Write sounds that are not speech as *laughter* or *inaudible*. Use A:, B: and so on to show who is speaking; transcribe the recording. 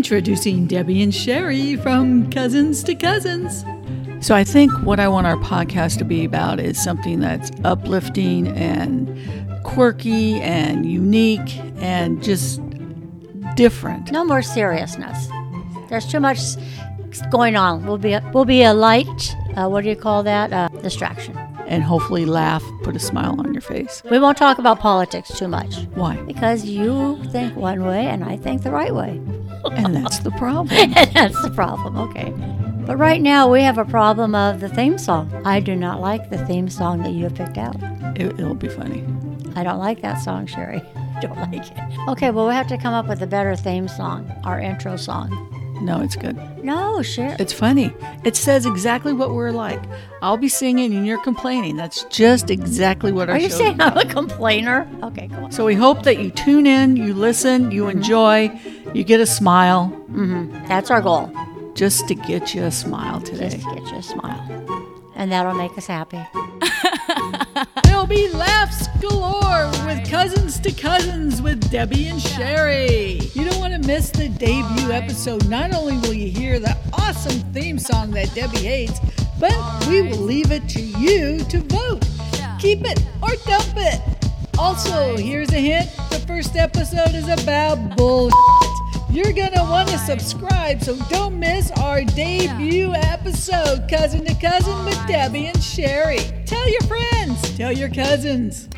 A: Introducing Debbie and Sherry from Cousins to Cousins. So, I think what I want our podcast to be about is something that's uplifting and quirky and unique and just different.
B: No more seriousness. There's too much going on. We'll be a, we'll be a light. Uh, what do you call that? Uh, distraction.
A: And hopefully, laugh, put a smile on your face.
B: We won't talk about politics too much
A: Why?
B: because you think one way and I think the right way. *laughs*
A: And that's the problem.
B: That's the problem. Okay. But right now we have a problem of the theme song. I do not like the theme song that you have picked out.
A: It, it'll be funny.
B: I don't like that song, Sherry. *laughs* I don't like it. Okay, well we have to come up with a better theme song, our intro song.
A: No, it's good.
B: No, Sherry.
A: It's funny. It says exactly what we're like. I'll be singing and you're complaining. That's just exactly what
B: Are
A: our
B: you
A: show
B: saying I'm a complainer? Okay, go on.
A: So we hope that you tune in, you listen, you enjoy, you get a smile,
B: That's our goal.
A: just to get you a smile today.
B: Just to get you a smile. And that'll make us happy.
A: There'll be laughs galore with Cousins to Cousins with Debbie and Sherry. You don't want to miss the debut episode. Not only will you hear the awesome theme song that Debbie hates, but we will leave it to you to vote. Keep it or dump it. Also, here's a hint the first episode is about bullshit. You're going to want to subscribe, so don't miss our debut episode, Cousin to Cousin with Debbie and Sherry. Tell your friends, tell your cousins.